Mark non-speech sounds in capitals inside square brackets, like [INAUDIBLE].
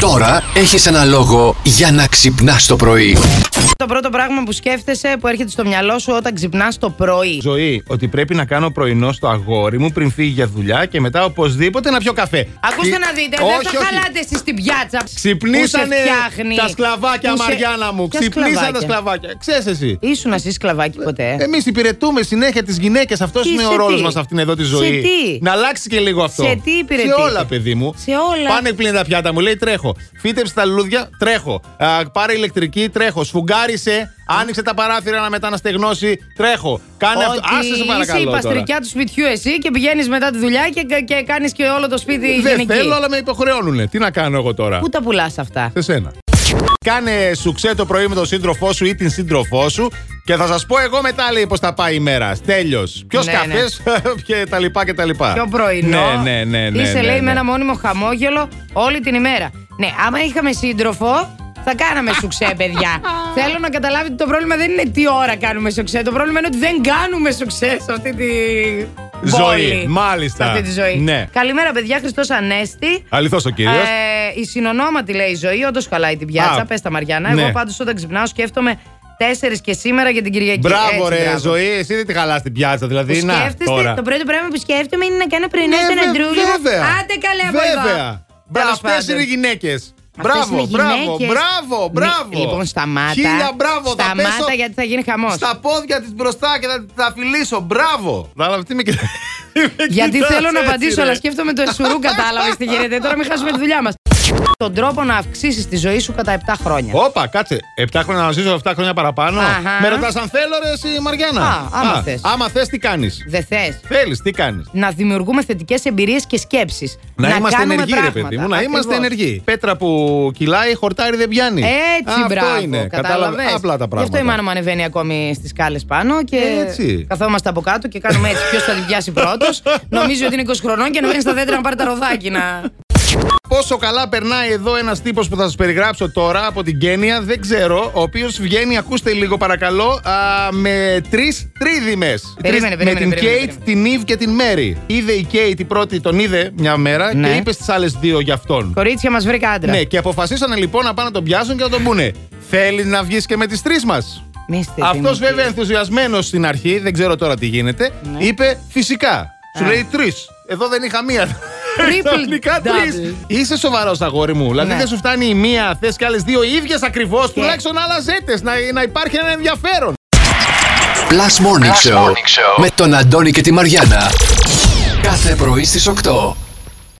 Τώρα έχεις ένα λόγο για να ξυπνάς το πρωί. Το πρώτο πράγμα που σκέφτεσαι που έρχεται στο μυαλό σου όταν ξυπνάς το πρωί. ζωή ότι πρέπει να κάνω πρωινό στο αγόρι μου πριν φύγει για δουλειά και μετά οπωσδήποτε να πιω καφέ. Ακούστε Τι- να δείτε, δεν όχι, θα όχι. χαλάτε εσείς την πιάτσα. Που Ξυπνήσανε σε φτιάχνει. τα σκλαβάκια, Που σε- Μαριάννα μου. Ποια Ξυπνήσανε τα Ε, σκλαβάκια? σκλαβάκια. Ξέρεις εσύ. Ήσουν εσύ σκλαβάκι ποτέ. Εμείς υπηρετούμε συνέχεια τις γυναίκες. Αυτός Τι, είναι ο σε ρόλος τι? μας αυτήν εδώ τη Σε ζωή. τι? Να αλλάξει και λίγο αυτό. Σε τι υπηρετεί? Σε όλα, παιδί μου. Σε όλα. Πάνε πλήν τα πιάτα μου, λέει τρέχω. Φύτεψε τα λουλούδια, τρέχω. Α, πάρε ηλεκτρική, τρέχω. Σφουγγάρισε, άνοιξε τα παράθυρα να μετά να στεγνώσει, τρέχω. Κάνε αυτό. Ότι Άσε σε είσαι η παρακαλώ. τώρα. παστρικιά του σπιτιού εσύ και πηγαίνεις μετά τη δουλειά και, και κάνεις και όλο το σπίτι Δεν γενική. θέλω, αλλά με υποχρεώνουν. Τι να κάνω εγώ τώρα. Πού τα πουλάς αυτά. Σε σένα. Κάνε σουξέ το πρωί με τον σύντροφό σου ή την σύντροφό σου και θα σας πω εγώ μετά λέει πώς θα πάει η μέρα. Τέλειος. Ποιος Ναι, καφές [LAUGHS] και τα λοιπά και τα λοιπά. Πιο πρωινό. Ναι, ναι, ναι. ναι, Είσαι, ναι, λέει, ναι. με ένα μόνιμο χαμόγελο όλη την ημέρα. Ναι, άμα είχαμε σύντροφο, θα κάναμε [LAUGHS] σουξέ, παιδιά. Θέλω να καταλάβετε ότι το πρόβλημα δεν είναι τι ώρα κάνουμε σουξέ. Το πρόβλημα είναι ότι δεν κάνουμε σουξέ σε αυτή τη. Ζωή, πόλη. μάλιστα. Σε αυτή τη ζωή. Ναι. Καλημέρα, παιδιά. Χριστός Ανέστη. Αληθώς ο κύριος. Ε, η συνονόματη λέει η ζωή, όντως χαλάει την πιάτσα. Α, Πες τα Μαριάννα. ναι. Εγώ πάντως όταν ξυπνάω σκέφτομαι 4 και σήμερα για την Κυριακή. Μπράβο, Έτσι, ρε, μπράβο. ζωή. Εσύ δεν τη χαλάς την πιάτσα, δηλαδή. Που να, σκέφτεστε, τώρα. το πρώτο πράγμα που σκέφτομαι είναι να κάνω πρωινό Ναι, στον βε- Αντρούλιο. Βέβαια. Άντε καλέ από εδώ. Βέβαια. Τέλος Αυτές πάντων. είναι οι γυναίκες. Αυτές Μπράβο, είναι μπράβο, γυναίκες. μπράβο, μπράβο. Μη- Λοιπόν, σταμάτα. Χίλια μπράβο, θα Σταμάτα πέσω γιατί θα γίνει χαμός. Στα πόδια της μπροστά και θα τα φιλήσω. Μπράβο. Κατάλαβε [LAUGHS] τι με κοιτά- με Γιατί κοιτάς θέλω να έτσι, απαντήσω, ρε. αλλά σκέφτομαι το εσουρού, κατάλαβες τι γίνεται. Τώρα μην χάσουμε τη δουλειά μας. Τον τρόπο να αυξήσεις τη ζωή σου κατά 7 χρόνια. Όπα, κάτσε. 7 χρόνια να ζήσω, 7 χρόνια παραπάνω. Αχα. Με ρωτάς αν θέλω, ρε, εσύ, Μαριάννα. Α, άμα θες. Άμα θες, τι κάνεις. Δεν θες. Θέλεις, τι κάνεις. Να δημιουργούμε θετικές εμπειρίες και σκέψεις. Να, είμαστε κάνουμε ενεργοί, πράγματα. ρε παιδί μου. Να είμαστε Ακριβώς. ενεργοί. Πέτρα που κυλάει, χορτάρι δεν πιάνει. Έτσι, Αυτό μπράβο. είναι. κατάλαβες. Κατάλαβες. Απλά τα πράγματα. Ε, Γι' αυτό η μάνα μου ανεβαίνει ακόμη στις κάλε πάνω και Έτσι. καθόμαστε από κάτω και κάνουμε έτσι. Ποιος θα την πιάσει πρώτος. [LAUGHS] Νομίζει ότι είναι 20 χρονών και ανεβαίνει στα δέντρα να πάρει τα ροδάκινα. Πόσο καλά περνάει εδώ ένας τύπος που θα σας περιγράψω τώρα από την Κένια, δεν ξέρω. Ο οποίος βγαίνει, ακούστε λίγο παρακαλώ, α, με τρεις τρίδημες. Περίμενε, περίμενε, Με την περίμενε, Κέιτ, περίμενε. την Ιβ και την Μέρι. Είδε η Κέιτ η πρώτη, τον είδε μια μέρα Ναι. και είπε στις άλλες δύο για αυτόν. Κορίτσια μας βρήκα άντρα. Ναι, και αποφασίσανε λοιπόν να πάνε να τον πιάσουν και να τον πούνε. Θέλει να βγεις και με τις τρεις μας. Μη στη Αυτό δημοκρατία. βέβαια ενθουσιασμένος στην αρχή, δεν ξέρω τώρα τι γίνεται, Ναι. είπε φυσικά. Σου Α. λέει τρεις. Εδώ δεν είχα μία. Triple [LAUGHS] Ξαφνικά τρεις. double. Είσαι σοβαρός, αγόρι μου. Δηλαδή Ναι. δεν σου φτάνει η μία, θες κι άλλες δύο ίδιες ακριβώς. Τουλάχιστον άλλαζέτε. Να, να υπάρχει ένα ενδιαφέρον. Plus Morning, Show, με τον Αντώνη και τη Μαριάνα. Κάθε πρωί στις 8.